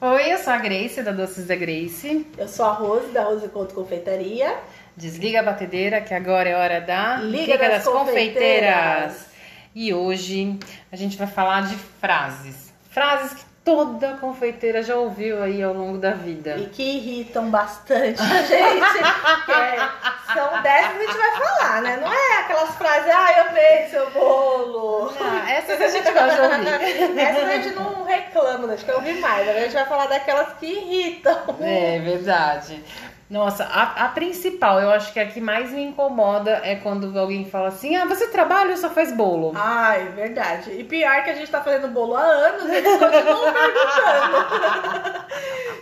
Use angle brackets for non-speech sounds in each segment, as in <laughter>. Oi, eu sou a Grace, da Doces da Grace. Eu sou a Rose, da Rose Conto Confeitaria. Desliga a batedeira, que agora é hora da Ah, Liga das Confeiteiras. E hoje a gente vai falar de frases. Frases que toda confeiteira já ouviu aí ao longo da vida. E que irritam bastante <laughs> a gente. que é, são 10 que a gente vai falar, né? Não é aquelas frases, ah, eu fiz seu bolo. Ah, essas a gente gosta de <laughs> ouvir. Essas a gente não reclama, né? acho que eu ouvi mais. Agora a gente vai falar daquelas que irritam. É verdade. Nossa, a, a principal, eu acho que é a que mais me incomoda é quando alguém fala assim: ah, você trabalha ou só faz bolo? Ai, Ah, é verdade. E pior que a gente tá fazendo bolo há anos e eles continuam <laughs> perguntando.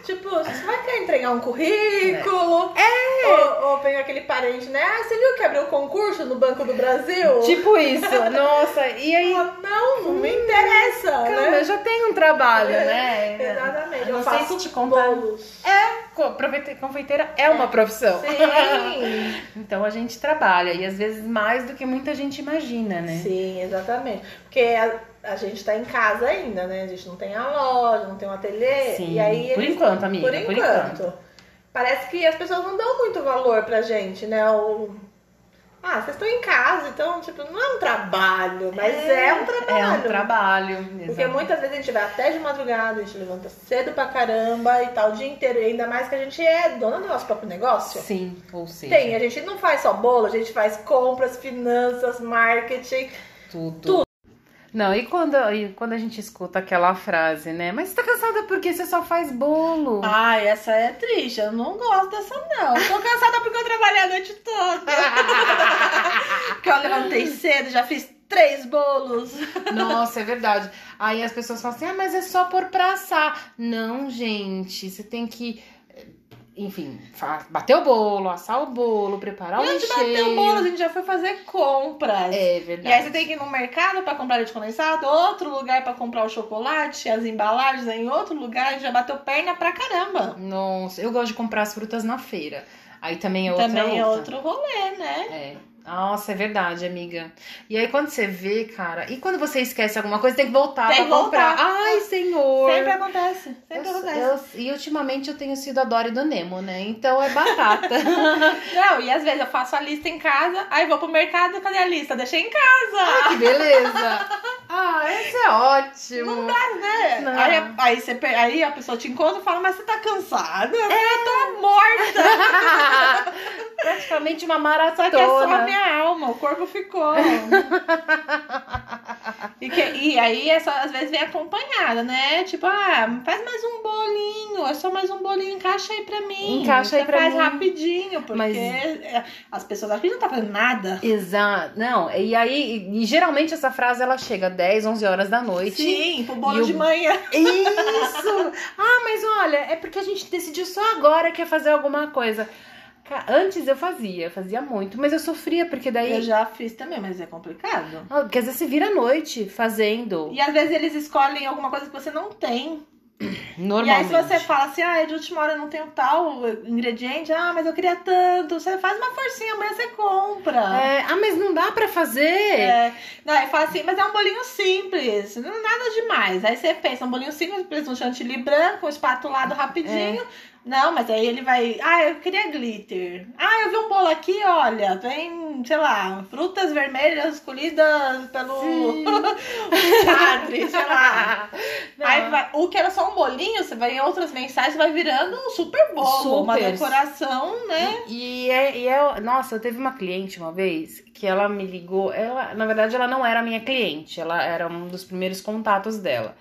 tipo, você vai querer entregar um currículo? É. Ou, ou pega aquele parente, né? Ah, você viu que abriu um concurso no Banco do Brasil? Tipo <laughs> Hum, isso, nossa, e aí. Ela, não, não me interessa, Calma, né? É, eu já tenho um trabalho, né? <laughs> Exatamente. Eu Eu não sei faço se te contar. bolos. É, co- profe- confeiteira é uma profissão. <laughs> Sim. Então a gente trabalha, e às vezes mais do que muita gente imagina, né? Sim, exatamente. Porque a, a gente tá em casa ainda, né? A gente não tem a loja, não tem um ateliê. Sim. E aí, por eles- enquanto, amiga. por enquanto, Parece que as pessoas não dão muito valor pra gente, né? O... Ah, vocês estão em casa, então, tipo, não é um trabalho, mas é, um trabalho. É um trabalho. Porque exato. muitas vezes a gente vai até de madrugada, a gente levanta cedo pra caramba e tal o dia inteiro. E ainda mais que a gente é dona do nosso próprio negócio. Sim, ou seja, Tem, a gente não faz só bolo, a gente faz compras, finanças, marketing. tudo. Não, e quando, e quando a gente escuta aquela frase, né? Mas você tá cansada porque você só faz bolo. Ai, essa é triste. Eu não gosto dessa, não. Eu tô cansada porque eu trabalhei a noite <laughs> toda. porque eu levantei cedo, já fiz três bolos. Nossa, é verdade. Aí as pessoas falam assim, ah, mas é só por pra assar. Não, gente, você tem que, eh, enfim, fa- bater o bolo, assar o bolo, preparar o Antes de recheio. bater o bolo, a gente já foi fazer compras. Tá É E aí você verdade. tem que ir no mercado pra comprar leite condensado, outro lugar pra comprar o chocolate, as embalagens em outro lugar, a gente já bateu perna pra caramba. Nossa, eu gosto de comprar as frutas na feira. Aí também é outra Também é luta. outro rolê, né? É. Nossa, é verdade, amiga. E aí, quando você vê, cara, e quando você esquece alguma coisa, tem que voltar pra Tem que comprar. voltar. Ai, senhor! Sempre acontece. Sempre Eu- acontece. eu- e ultimamente eu tenho sido a Dory do Nemo, né? Então é <laughs> batata. Não, e às vezes eu faço a lista em casa, aí vou pro mercado, cadê a lista? Deixei em casa, que beleza! Ah, isso é ótimo! né? Não. Aí, a- aí, você, pe- aí a pessoa te encontra e fala, mas você tá cansada? Eu É. tô morta, <laughs> Praticamente uma só que é só a maratona. minha alma, o <laughs> corpo ficou. e, que- e aí, é só, às vezes, vem acompanhada, né? Tipo, ah, faz mais um bolinho, é só mais um bolinho, encaixa aí pra mim. Encaixa aí Você pra faz mim. rapidinho, porque Mas- é, as pessoas acham que não tá fazendo nada. Exato. Não, e aí, e, e geralmente essa frase ela chega 10, 11 horas da noite. Sim, pro E bolo o- de manhã. Isso! Ah, mas olha, é porque a gente decidiu só agora que ia fazer alguma coisa. Ca- Antes eu fazia, fazia muito, mas eu sofria, porque Eu daí. já fiz também, mas é complicado. Ah, Porque às vezes você vira à noite fazendo. E às vezes eles escolhem alguma coisa que você não tem. E aí, Normalmente. se você fala assim, ah, de última hora eu não tenho tal ingrediente, ah, mas eu queria tanto. Você faz uma forcinha, amanhã você compra. É. É, ah, mas não dá pra fazer. Não, aí fala assim, mas é um bolinho simples, não é nada demais. Aí você pensa, um bolinho simples, precisa de um chantilly branco, um espatulado É. rapidinho. Não, mas aí ele vai, ah, eu queria glitter. Ah, eu vi um bolo aqui, olha, tem, sei lá, frutas vermelhas escolhidas pelo <laughs> Sim. É, padre, sei lá. <laughs> Não. Aí vai- o que era só um bolinho, você vai em outras mensagens, vai virando um super bolo, uma Super. decoração, né? E é, e é- Nossa, eu teve uma cliente uma vez que ela me ligou. Ela, na verdade, ela não era minha cliente, ela era um dos primeiros contatos dela.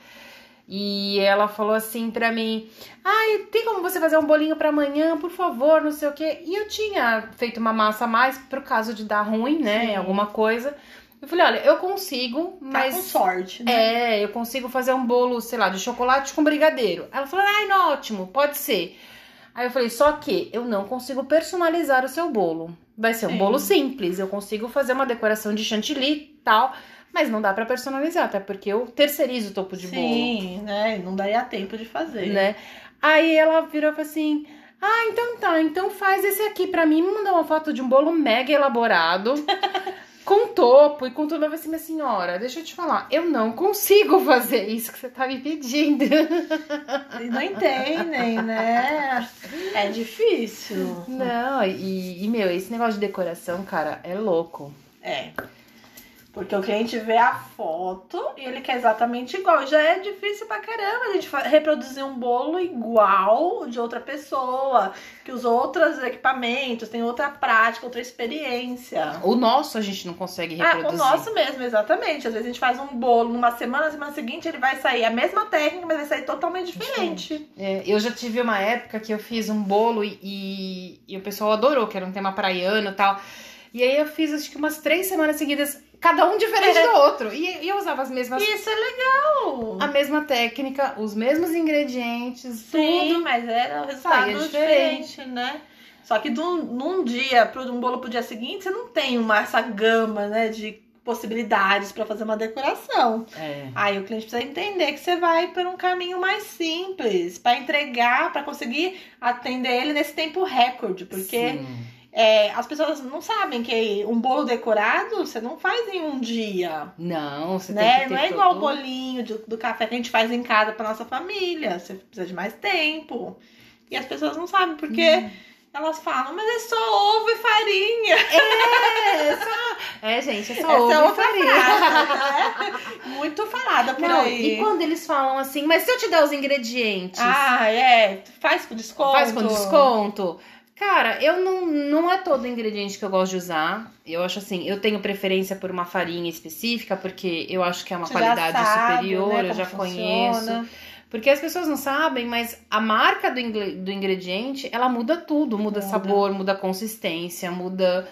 E ela falou assim pra mim: Ai, tem como você fazer um bolinho pra amanhã, por favor, não sei o quê. E eu tinha feito uma massa a mais pro caso de dar ruim, né? Sim. Alguma coisa. Eu falei: Olha, eu consigo, mas. Tá com sorte, né? É, eu consigo fazer um bolo, sei lá, de chocolate com brigadeiro. Ela falou, ai, não, ótimo, pode ser. Aí eu falei, só que eu não consigo personalizar o seu bolo. Vai ser um Sim. bolo simples, eu consigo fazer uma decoração de chantilly e tal, mas não dá pra personalizar, até porque eu terceirizo o topo Tipo de bolo, Sim, né? Não daria tempo de fazer. né? Aí ela virou e falou assim, ah, <laughs> então tá, então faz esse aqui pra mim, me mandou uma foto de um bolo mega elaborado. com topo e com tudo. Eu falei assim, minha senhora, deixa eu te falar, eu não consigo <laughs> fazer isso que você tá me pedindo. E não entendem, né? É difícil. <laughs> Não, e, e, meu, esse negócio de decoração, cara, é louco. É. Porque o cliente vê a foto e ele quer exatamente igual. Já é difícil pra caramba a gente reproduzir um bolo igual de outra pessoa, que usou outros equipamentos, tem outra prática, outra experiência. O nosso a gente não consegue reproduzir. Ah, o nosso mesmo, exatamente. Às vezes a gente faz um bolo numa semana, na semana seguinte ele vai sair a mesma técnica, mas vai sair totalmente diferente. É, eu já tive uma época que eu fiz um bolo e, e o pessoal adorou, que era um tema praiano e tal. E aí eu fiz acho que umas três semanas seguidas cada um diferente É. do outro. E, e, eu usava as mesmas. Isso é legal! A mesma técnica, os mesmos ingredientes, Sim, tudo. mas era o resultado diferente. diferente, né? Só que de um, num dia para um bolo pro dia seguinte, você não tem uma, essa gama, né, de possibilidades para fazer uma decoração. É. Aí o cliente precisa entender que você vai por um caminho mais simples para entregar, para conseguir atender ele nesse tempo recorde, porque Sim. É, as pessoas não sabem que um bolo decorado você não faz em um dia. Não, você né? tem que Não é igual o bolinho do, do, café que a gente faz em casa para nossa família. Você precisa de mais tempo. E as pessoas não sabem porque Uhum. hum. elas falam, mas é só ovo e farinha. É, é só. É, gente, é só Essa ovo é e farinha. Frase, né? Muito falada por não, aí. E quando eles falam assim, mas se eu te der os ingredientes? Ah, é. Faz com desconto. Faz com desconto. Cara, eu não, não é todo ingrediente que eu gosto de usar. Eu acho assim, eu tenho preferência por uma farinha específica, porque eu acho que é uma Você qualidade sabe, superior, né? eu já funciona. conheço. Porque as pessoas não sabem, mas a marca do, do ingrediente, ela muda tudo. Muda, muda. sabor, muda consistência, muda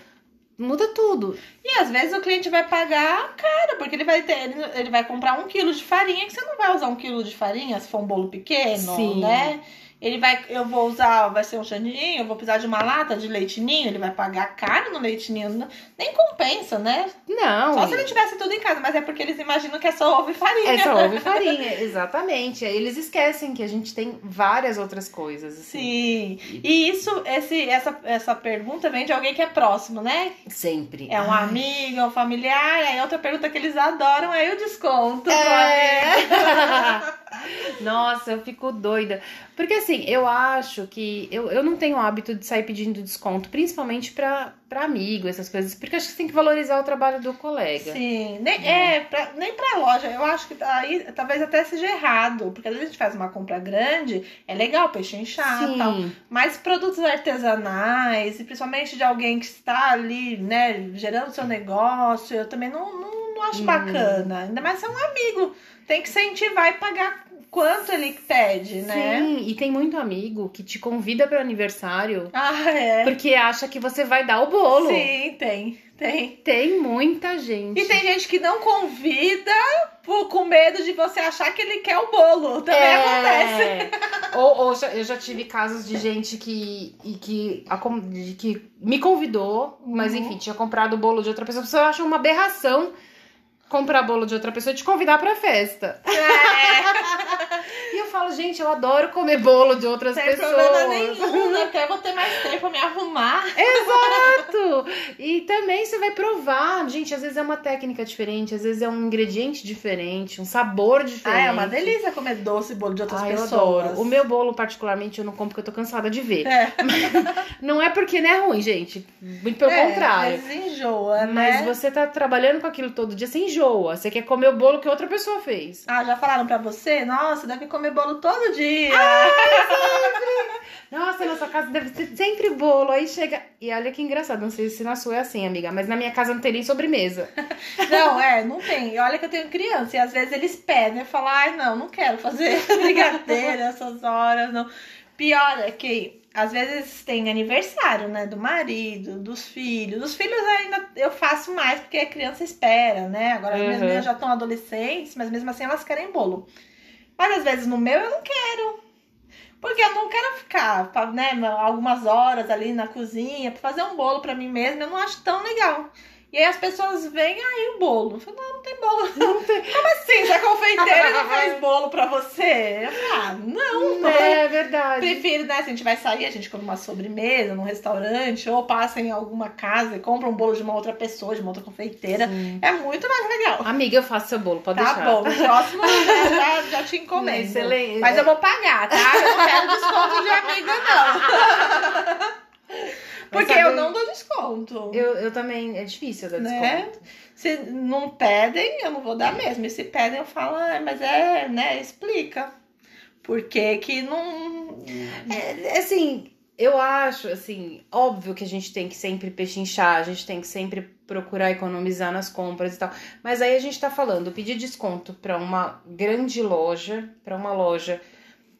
muda tudo. E às vezes o cliente vai pagar caro, porque ele vai ter, ele, ele, vai comprar um quilo de farinha, que você não vai usar um quilo de farinha se for um bolo pequeno, Sim. né? Ele vai, eu vou usar, vai ser um janinho, eu vou precisar de uma lata de leitinho, ele vai pagar caro no leitinho, nem compensa, né? Não. Só se ele tivesse tudo em casa, mas é porque eles imaginam que é só ovo e farinha. É só ovo e farinha, <laughs> exatamente. Eles esquecem que a gente tem várias outras coisas. Assim. Sim. E isso, esse, essa, essa pergunta vem de alguém que é próximo, né? Sempre. Ah, É um Ai. amigo, é um familiar. Aí outra pergunta que eles adoram é o desconto. né? É. <laughs> Nossa, eu fico doida. Porque assim, eu acho que eu, eu não tenho o hábito de sair pedindo desconto, principalmente pra, pra amigo, essas coisas, porque acho que você tem que valorizar o trabalho do colega. Sim, nem, hum. é, pra, nem pra loja. Eu acho que tá aí talvez até seja errado, porque às vezes a gente faz uma compra grande, é legal, peixe inchado e tal. Mas produtos artesanais, e principalmente de alguém que está ali, né, gerando seu negócio, eu também não, não, não acho Uhum. hum. bacana. Ainda mais se é um amigo. Tem que incentivar e pagar quanto ele pede, né? Sim, e tem muito amigo que te convida para aniversário. Ah, é. Porque acha que você vai dar o bolo. Sim, tem, tem. Tem muita gente. E tem gente que não convida por, com medo de você achar que ele quer o bolo. Também <laughs> é. acontece. Ou, ou eu já tive casos de gente que, e que, a, que me convidou, uhum. mas enfim, tinha comprado o bolo de outra pessoa. A pessoa acha uma aberração comprar bolo de outra pessoa e te convidar pra festa. É. e eu falo, gente, eu adoro comer bolo de outras Sem pessoas. Sem nenhum, <laughs> É. né? Porque eu vou ter mais tempo pra me arrumar. Exato! E também você vai provar. Gente, às vezes é uma técnica diferente, às vezes é um ingrediente diferente, um sabor diferente. Ah, é uma delícia comer doce bolo de outras Ai, pessoas. Eu adoro. O meu bolo, particularmente, eu não compro porque eu tô cansada de ver. <laughs> É. não é porque não é ruim, gente. Muito pelo é, contrário. Mas enjoa, né? Mas você tá trabalhando com aquilo todo dia, você enjoa enjoa. Você quer comer o bolo que outra pessoa fez. Ah, já falaram pra você? Nossa, deve comer bolo todo dia. Ah, Nossa, na sua casa deve ter sempre bolo. Aí chega. E olha que engraçado. Não sei se na sua é assim, amiga, mas na minha casa não tem nem <laughs> sobremesa. não, é, não tem. E olha que eu tenho criança. E às vezes eles pedem. Eu falo, ai, não, não quero fazer <laughs> brigadeiro essas horas, não. Pior é que às vezes tem aniversário, né? Do marido, dos filhos. Dos filhos ainda eu faço mais, porque a criança espera, né? Agora uhum. as minhas já estão adolescentes, mas mesmo assim elas querem bolo. Mas às vezes no meu eu não quero. Porque eu não quero ficar, né, algumas horas ali na cozinha, fazer um bolo para mim mesma, eu não acho tão legal. E aí as pessoas vêm, aí o bolo. Eu falo, não, não tem bolo. <laughs> Não tem. Como assim? Se a confeiteira não faz bolo pra você? Eu falo, ah, não, né? É verdade. Prefiro, né? Se a gente vai sair, a gente come uma sobremesa num restaurante, ou passa em alguma casa e compra um bolo de uma outra pessoa, de uma outra confeiteira. Sim. É muito mais legal. Amiga, eu faço seu bolo, pode Tá deixar. bom, no próximo né, já, já te encomendo. Excelente. Mas eu vou pagar, tá? Eu não quero desconto de amiga, não. <laughs> Porque sabe- um eu não dou desconto. Eu, eu também, é difícil dar desconto. Né? Se não pedem, eu não vou dar mesmo. E se pedem, eu falo, ah, mas é, né? Explica. Por que que não. É, assim, eu acho, assim, óbvio que a gente tem que sempre pechinchar, a gente tem que sempre procurar economizar nas compras e tal. Mas aí a gente tá falando, pedir desconto pra uma grande loja, pra uma loja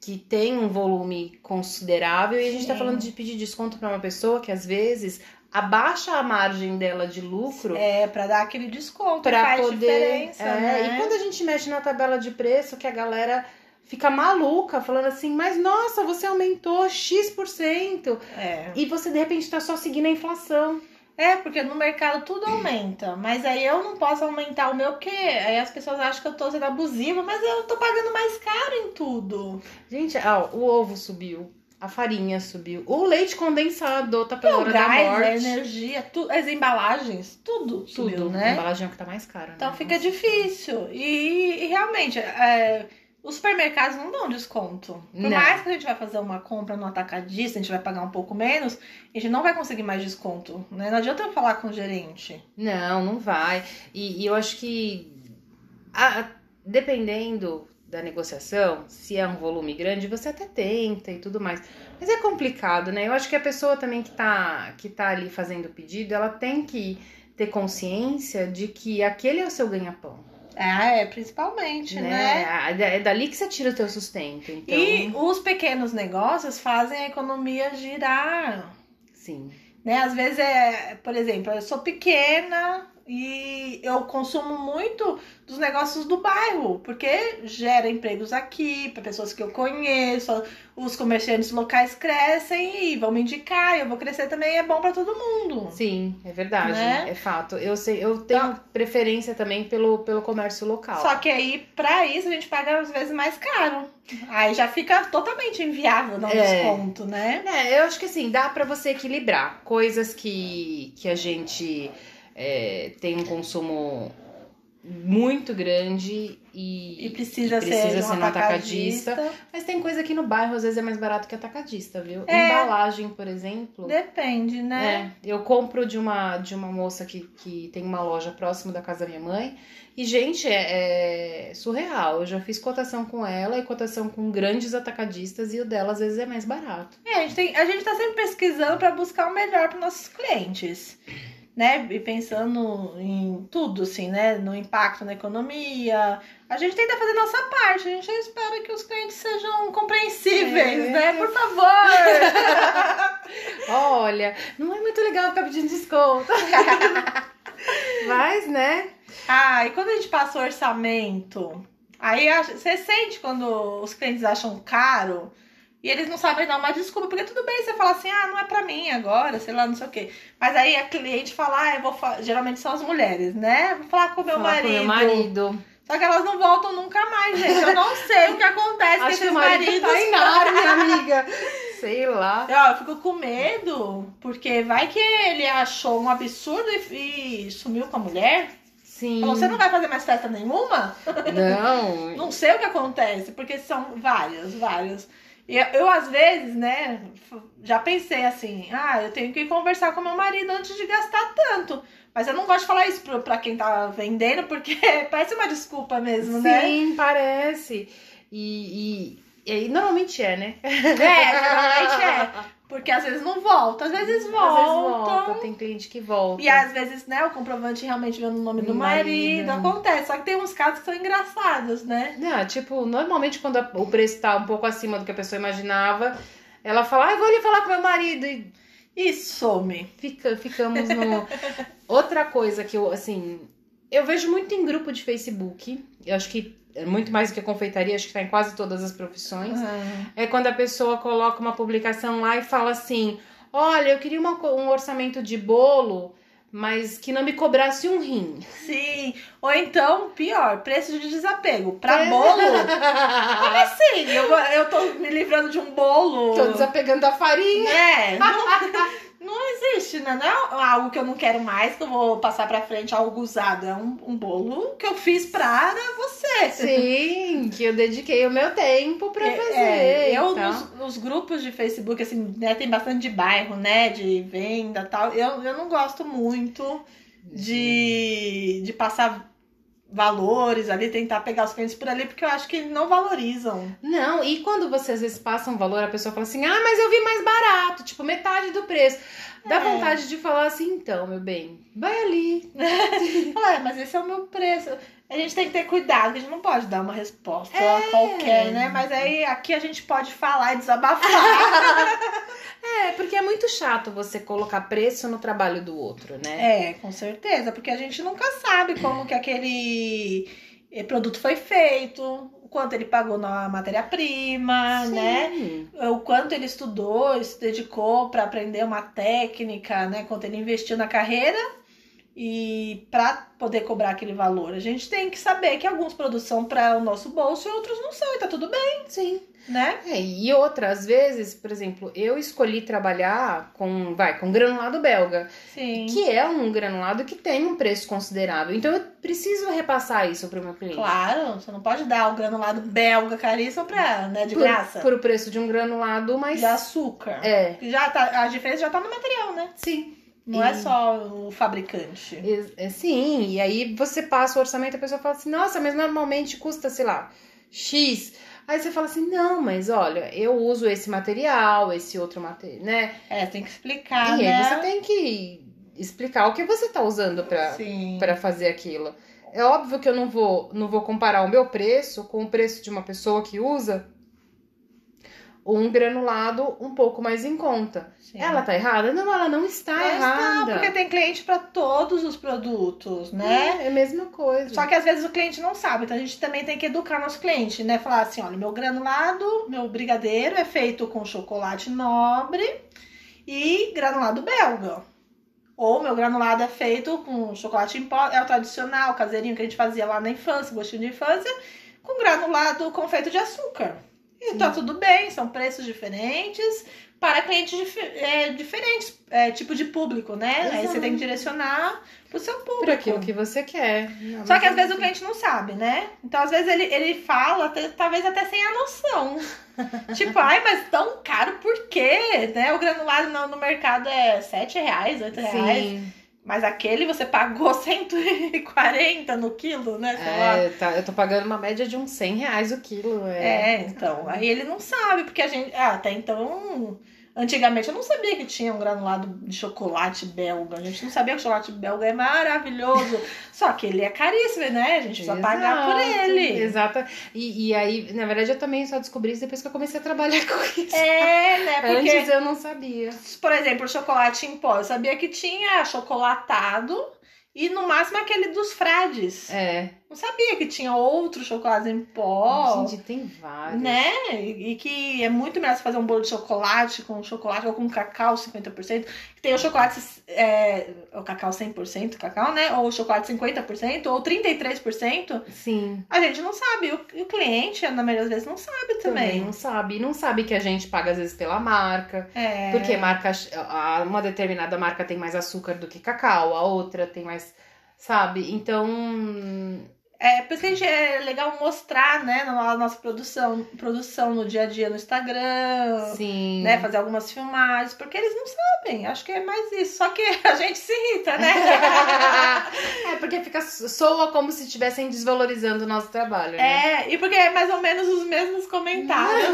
que tem um volume considerável, e a gente tá Sim. falando de pedir desconto pra uma pessoa que às vezes abaixa a margem dela de lucro. É, pra dar aquele desconto. Pra faz poder. diferença, é, né? E quando a gente mexe na tabela de preço, que a galera fica maluca, falando assim, mas nossa, você aumentou X%. por cento É. E você de repente tá só seguindo a inflação. É, porque no mercado tudo aumenta. Mas aí eu não posso aumentar o meu, porque aí as pessoas acham que eu tô sendo abusiva, mas eu tô pagando mais caro em tudo. Gente, ó, o ovo subiu, a farinha subiu, o leite condensado tá pela O hora da gás, a morte. energia, tu- as embalagens, tudo, tudo, Tudo, A né? embalagem é o que tá mais caro. né? Então fica difícil. E, e realmente, é, os supermercados não dão desconto. Por Não. mais que a gente vai fazer uma compra no atacadista, a gente vai pagar um pouco menos, a gente não vai conseguir mais desconto. Né? Não adianta eu falar com o gerente. Não, não vai. E, e eu acho que a- dependendo da negociação, se é um volume grande, você até tenta e tudo mais. Mas é complicado, né? Eu acho que a pessoa também que tá, que tá ali fazendo o pedido, ela tem que ter consciência de que aquele é o seu ganha-pão, Ah, é, principalmente, né? né? A- É dali que você tira o teu sustento, então... E os pequenos negócios fazem a economia girar, Sim. né? Às vezes é, por exemplo, eu sou pequena e eu consumo muito dos negócios do bairro, porque gera empregos aqui, para pessoas que eu conheço, os comerciantes locais crescem e vão me indicar, eu vou crescer também, é bom para todo mundo. Sim, é verdade, Né? Então é fato. Eu sei, eu tenho preferência também pelo, pelo comércio local. Só que aí, pra isso, a gente paga às vezes mais caro. Aí já fica totalmente inviável dar um É. desconto, né? É, eu acho que assim, dá pra você equilibrar coisas que, que a gente é, tem um consumo muito grande e, E precisa, e precisa ser, ser um um atacadista. atacadista. Mas tem coisa aqui no bairro, às vezes é mais barato que atacadista, viu? É. Embalagem, por exemplo. Depende, né? É, eu compro de uma, de uma moça que, que tem uma loja próximo da casa da minha mãe. E, gente, é, é surreal. Eu já fiz cotação com ela e cotação com grandes atacadistas e o dela às vezes é mais barato. É, a, gente tem, a gente tá sempre pesquisando para buscar o melhor para nossos clientes, né? E pensando em tudo, assim, né? No impacto na economia. A gente tenta fazer nossa parte, a gente espera que os clientes sejam compreensíveis, É. né? Por favor! <laughs> Olha, não é muito legal ficar pedindo desconto. <laughs> Mas, né? ah, e quando a gente passa o orçamento, aí a- você sente quando os clientes acham caro. E eles não sabem dar uma desculpa, porque tudo bem você falar assim, ah, não é pra mim agora, sei lá, não sei o quê. Mas aí a cliente fala, ah, eu vou fa- geralmente são as mulheres, né? Vou falar com o meu, falar marido. com meu marido. Só que elas não voltam nunca mais, gente. Eu não sei o que acontece com Acho que esses o marido maridos. tá enorme, amiga. Sei lá. Ó, eu fico com medo, porque vai que ele achou um absurdo e, e sumiu com a mulher. Sim. Falou, você não vai fazer mais festa nenhuma? tá- Não. Não sei o que acontece, porque são várias, várias. E eu, eu, às vezes, né, f- já pensei assim, ah, eu tenho que conversar com meu marido antes de gastar tanto. Mas eu não gosto de falar isso pro- pra quem tá vendendo, porque <laughs> parece uma desculpa mesmo, né? Sim, parece. E, e, e aí, normalmente é, né? É, geralmente é. Porque às vezes não volta, às vezes volta. <laughs> Às vezes volta, tem cliente que volta. E às vezes, né, o comprovante realmente vem no nome do Do marido, marido. acontece. Só que tem uns casos que são engraçados, né? Não, tipo, normalmente quando a- o preço tá um pouco acima do que a pessoa imaginava, ela fala, ai, vou ali falar com meu marido. E E some. fica, ficamos <laughs> no. Outra coisa que eu, assim, eu vejo muito em grupo de Facebook, eu acho que é muito mais do que a confeitaria, acho que tá em quase todas as profissões. Ah. É quando a pessoa coloca uma publicação lá e fala assim: Olha, eu queria uma co- um orçamento de bolo, mas que não me cobrasse um <laughs> rim. Sim. Ou então, pior, preço de desapego. Pra bolo. Como assim? Eu, vou- eu tô me livrando de um bolo. Tô desapegando da <laughs> farinha. É, não, não existe, né? Não é algo que eu não quero mais, que eu vou passar pra frente, algo usado. É um, um bolo que eu fiz pra você. Sim, que eu dediquei o meu tempo pra É, fazer. é, eu então. nos, nos grupos de Facebook, assim, né, tem bastante de bairro, né, de venda e tal. Eu, eu não gosto muito de, de passar valores ali, tentar pegar os clientes por ali, porque eu acho que não valorizam. Não, e quando você às vezes passa um valor, a pessoa fala assim: ah, mas eu vi mais barato, tipo metade do preço. Dá É. vontade de falar assim, então, meu bem, vai ali. Fala, "É, mas esse é o meu preço. A gente tem que ter cuidado, que a gente não pode dar uma resposta qualquer, né? Mas aí aqui a gente pode falar e desabafar. É, porque é muito chato você colocar preço no trabalho do outro, né? É, com certeza, porque a gente nunca sabe como que aquele eh, produto foi feito, o quanto ele pagou na matéria-prima, né? Sim. O quanto ele estudou, se dedicou para aprender uma técnica, né? Quanto ele investiu na carreira e para poder cobrar aquele valor. A gente tem que saber que alguns produtos são para o nosso bolso e outros não são, e tá tudo bem, Sim. né? É, e outra, às vezes, por exemplo, eu escolhi trabalhar com, vai, com granulado belga, Sim. que é um granulado que tem um preço considerável. Então eu preciso repassar isso pro meu cliente. Claro, você não pode dar o granulado belga caríssimo pra, né, de por, graça. por o preço de um granulado mais. De açúcar. É. Que Já tá, a diferença já tá no material, né? Sim. Não E- é só o fabricante. Ex- é, Sim, e aí você passa o orçamento e a pessoa fala assim, nossa, mas normalmente custa, sei lá, X. Aí você fala assim, não, mas olha, eu uso esse material, esse outro material, né? É, tem que explicar, e né? aí você tem que explicar o que você tá usando pra, Sim. pra fazer aquilo. É óbvio que eu não vou, não vou comparar o meu preço com o preço de uma pessoa que usa um granulado um pouco mais em conta. Sim. Ela tá errada? Não, ela não está Mas tá, errada. É. porque tem cliente pra todos os produtos, né? É, é a mesma coisa. Só que às vezes o cliente não sabe, então a gente também tem que educar nosso cliente, né? Falar assim, olha, meu granulado, meu brigadeiro é feito com chocolate nobre e granulado belga. Ou meu granulado é feito com chocolate em pó, é o tradicional, caseirinho que a gente fazia lá na infância, gostinho de infância, com granulado com feito de açúcar. E tá tudo bem, são preços diferentes para clientes dif- é, diferentes, é, tipo de público, né? Aí você Exato. tem que direcionar pro seu público. por aquilo que você quer. Não, Só mas que às eu- vezes o cliente Tipo, não é sabe, né? Então, às vezes ele, ele fala, até- talvez até sem a <laughs> noção. tipo, ai, mas tão caro por quê? Né? O granulado no, no mercado é R$ 7 reais, 8 reais. Sim, Mas aquele você pagou <laughs> 140 no quilo, né? Sei lá. é, tá, eu tô pagando uma média de uns 100 reais o quilo. É. É, então. Aí ele não sabe, porque a gente. Ah, até então. Antigamente eu não sabia que tinha um granulado de chocolate belga. A gente não sabia que o chocolate belga <laughs> é maravilhoso. Só que ele é caríssimo, né? A gente precisa pagar por Exato, ele. Exato. E, e aí, na verdade, eu também só descobri isso depois que eu comecei a trabalhar <laughs> com isso. <laughs> É, né? Porque, Antes eu não sabia. por exemplo, o chocolate em pó. Eu sabia que tinha chocolatado e no máximo aquele dos frades. É. Não sabia que tinha outro chocolate em pó. Gente, tem vários. Né? E e que é muito melhor você fazer um bolo de chocolate com chocolate ou com cacau 50%. Que tem o chocolate, é, o cacau 100%, cacau, né? Ou o chocolate 50% ou 33%. Sim. A gente não sabe. O, e o cliente, na maioria das vezes, não sabe Também. também. não sabe. E não sabe que a gente paga às vezes pela marca. É. Porque marca, a- uma determinada marca tem mais açúcar do que cacau, a outra tem mais. Sabe? Então. É, por isso que a gente, é legal mostrar, né, na nossa produção, produção no dia a dia no Instagram, Sim. né, fazer algumas filmagens, porque eles não sabem, acho que é mais isso, só que <laughs> a gente se irrita, né? <laughs> é porque fica soa como se estivessem desvalorizando o nosso trabalho, né? é, e porque é mais ou menos os mesmos <laughs> comentários,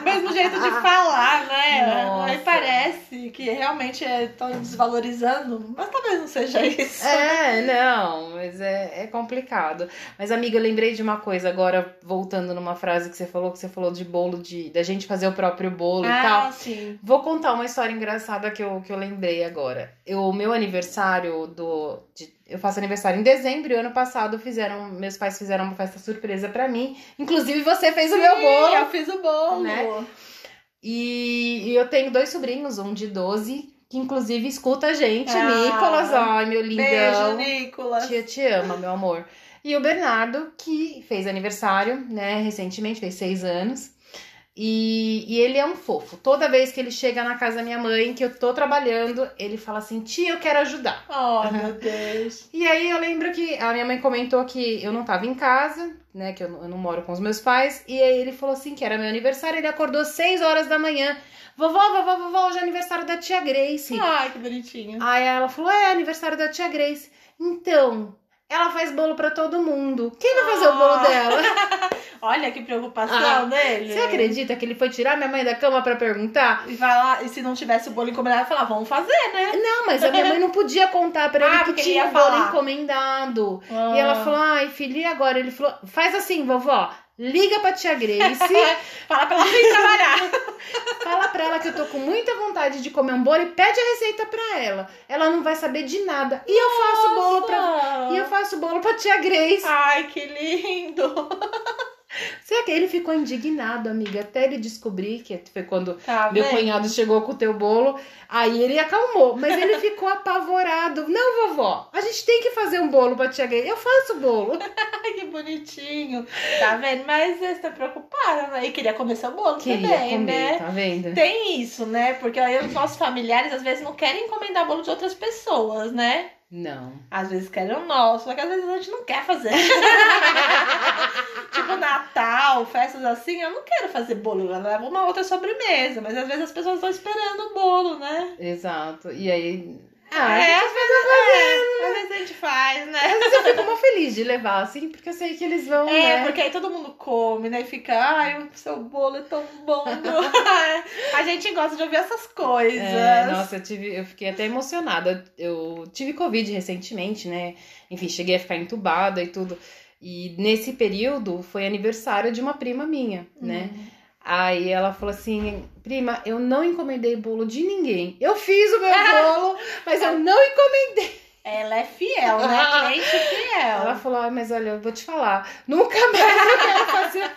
o mesmo jeito de falar, né, Nossa. aí parece que realmente estão desvalorizando, mas talvez não seja isso. É, não, mas é, é complicado. Mas, amiga, eu lembrei de uma coisa agora, voltando numa frase que você falou, que você falou de bolo, de da gente fazer o próprio bolo e tal. Ah, sim. Vou contar uma história engraçada que eu, que eu lembrei agora. Eu- O meu aniversário do. de- eu faço aniversário em dezembro e ano passado fizeram. Meus pais fizeram uma festa surpresa pra mim. Inclusive, você fez o meu Sim, bolo. Eu fiz o bolo. Né? E, e eu tenho dois sobrinhos, um de 12 que inclusive escuta a gente, Ah, Nicolas. Ai, meu Beijo, lindão. Nicolas. Então, Tia te ama, meu amor. E o Bernardo, que fez aniversário, né, recentemente, fez seis anos. E, e ele é um fofo. Toda vez que ele chega na casa da minha mãe, que eu tô trabalhando, ele fala assim: tia, eu quero ajudar. Oh, meu Deus. E aí eu lembro que a minha mãe comentou que eu não tava em casa, né? Que eu, não- eu não moro com os meus pais. E aí ele falou assim que era meu aniversário. Ele acordou 6 horas da manhã. Vovó, vovó, vovó, hoje é aniversário da tia Grace. Ai, que bonitinho. Aí ela falou, é aniversário da tia Grace. Então, ela faz bolo pra todo mundo. Quem vai fazer o bolo Ah. <laughs> dela? Olha que preocupação Ah, dele. Você acredita que ele foi tirar minha mãe da cama pra perguntar? E vai lá, e se não tivesse o bolo encomendado, ia falar, vamos fazer, né? Não, mas a minha mãe não podia contar pra ele Ah, que porque tinha ia o bolo falar. encomendado. E Ah. ela falou, ai, filha, e agora? Ele falou, faz assim, vovó, liga pra tia Grace, <laughs> Fala pra ela <laughs> vir trabalhar. fala pra ela que eu tô com muita vontade de comer um bolo e pede a receita pra ela. Ela não vai saber de nada. E eu faço bolo pra... E eu faço bolo pra tia Grace. Ai, que lindo. Será que ele ficou indignado, amiga? Até ele descobrir que foi quando Tá meu vendo? cunhado chegou com o teu bolo. Aí ele acalmou, mas ele ficou apavorado. Não, vovó, a gente tem que fazer um bolo pra tia Grace. Eu faço bolo. Tá Ai, que bonitinho. Tá vendo? Mas você tá preocupada, né? E queria comer seu bolo Queria também, comer, né? tá vendo? Tem isso, né? Porque aí os nossos familiares às vezes não querem encomendar bolo de outras pessoas, né? Não. Às vezes querem o nosso, só que às vezes a gente não quer fazer. <laughs> tipo Natal, festas assim, eu não quero fazer bolo, eu levo uma outra sobremesa, mas às vezes as pessoas estão esperando o bolo, né? Exato. E aí. é, Ah, às vezes, né? é, às vezes a gente faz, né? mas eu fico mó feliz de levar, assim, porque eu sei que eles vão. É, né? porque aí todo mundo come, né? E fica, ai, o seu bolo é tão bom. <laughs> a gente gosta de ouvir essas coisas. É, nossa, eu, tive, eu fiquei até emocionada. Eu tive Covid recentemente, né? Enfim, cheguei a ficar entubada e tudo. E nesse período foi aniversário de uma prima minha, Hum. né? Aí ela falou assim: prima, eu não encomendei bolo de ninguém. Eu fiz o <laughs> meu bolo, mas eu não encomendei. Ela é fiel, né? <laughs> Cliente fiel. Ela falou: "Ah, mas olha, eu vou te falar, nunca mais eu quero fazer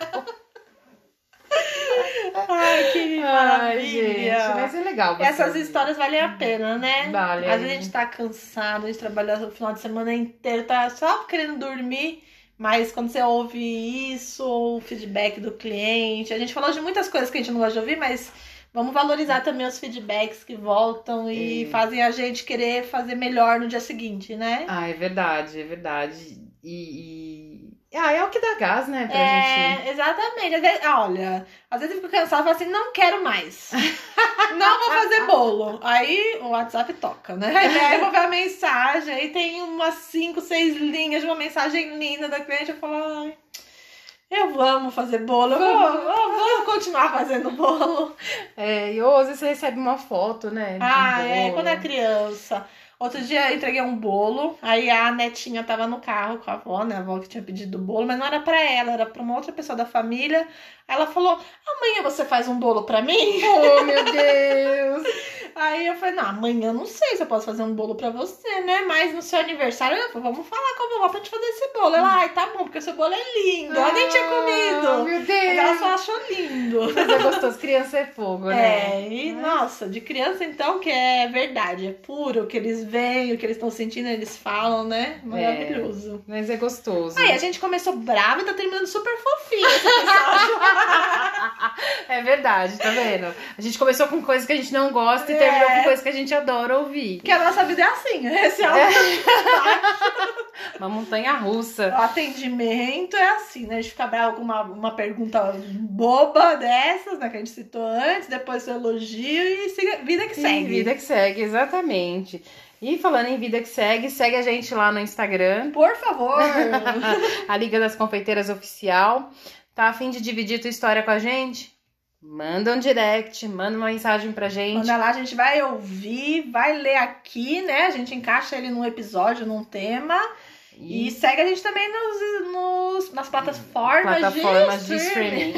Ai, <laughs> que Ai, maravilha. gente, mas é legal. você Essas ouvir. histórias valem a pena, né? Vale. Às vezes a gente tá cansado, a gente trabalhou o final de semana inteiro, tá só querendo dormir. Mas quando você ouve isso, ou o feedback do cliente, a gente falou de muitas coisas que a gente não gosta de ouvir, mas vamos valorizar também os feedbacks que voltam e É. fazem a gente querer fazer melhor no dia seguinte, né? Ah, é verdade, é verdade. E, e- Ah, é o que dá gás, né, pra gente. É, exatamente. Às vezes- olha, às vezes eu fico cansada e falo assim, não quero <laughs> mais. não vou fazer bolo. Aí o WhatsApp toca, <laughs> né? E aí eu vou ver a mensagem, aí tem umas cinco, seis linhas de uma mensagem linda da cliente, eu falo, ai. Eu amo fazer bolo, eu vou, eu vou continuar fazendo bolo. É, e ou às vezes você recebe uma foto, né? de um Ah, é, bolo. quando é criança. Outro dia eu entreguei um bolo, aí a netinha tava no carro com a avó, né? A avó que tinha pedido o bolo, mas não era pra ela, era pra uma outra pessoa da família. Aí ela falou: Amanhã você faz um bolo pra mim? <laughs> Oh, meu Deus! Aí eu falei: Não, amanhã eu não sei se eu posso fazer um bolo pra você, né? Mas no seu aniversário, eu falei, vamos falar com a vovó pra gente fazer esse bolo. Ela, ai, tá bom, porque o seu bolo é lindo. Ela nem tinha Ah, comido. meu Mas ela só Deus! achou lindo. Mas é gostoso, criança é fogo, né? É, e Mas- nossa, de criança então, que é verdade, é puro, o que eles veem, o que eles estão sentindo, eles falam, né? Maravilhoso. Mas é gostoso. Aí, a gente começou brava e tá terminando super fofinho esse <laughs> episódio. É verdade, tá vendo? A gente começou com coisas que a gente não gosta e É. terminou com coisas que a gente adora ouvir. Porque a nossa vida é assim, esse é o Uma montanha russa. O atendimento é assim, né? A gente fica bravo com uma, uma pergunta boba dessas, né? Que a gente citou antes, depois o elogio e siga- vida que Segue. segue. Vida que segue, exatamente. E falando em vida que segue, segue a gente lá no Instagram, Por <laughs> favor. a Liga das Confeiteiras Oficial. Tá a fim de dividir tua história com a gente? Manda um direct, manda uma mensagem pra <laughs> gente. Manda lá, a gente vai ouvir, vai ler aqui, né? A gente encaixa ele num episódio, num tema. E E segue a gente também nos, nos- nas plataformas, plataformas de de streaming.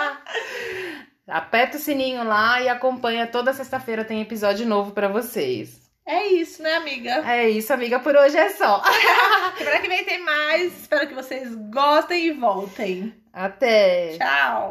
<laughs> Aperta o sininho lá e acompanha. Toda sexta-feira tem episódio novo pra vocês. É isso, né, amiga? É isso, amiga. Por hoje é só. Semana que vem tem mais. Espero que vocês gostem e voltem. Até! Tchau!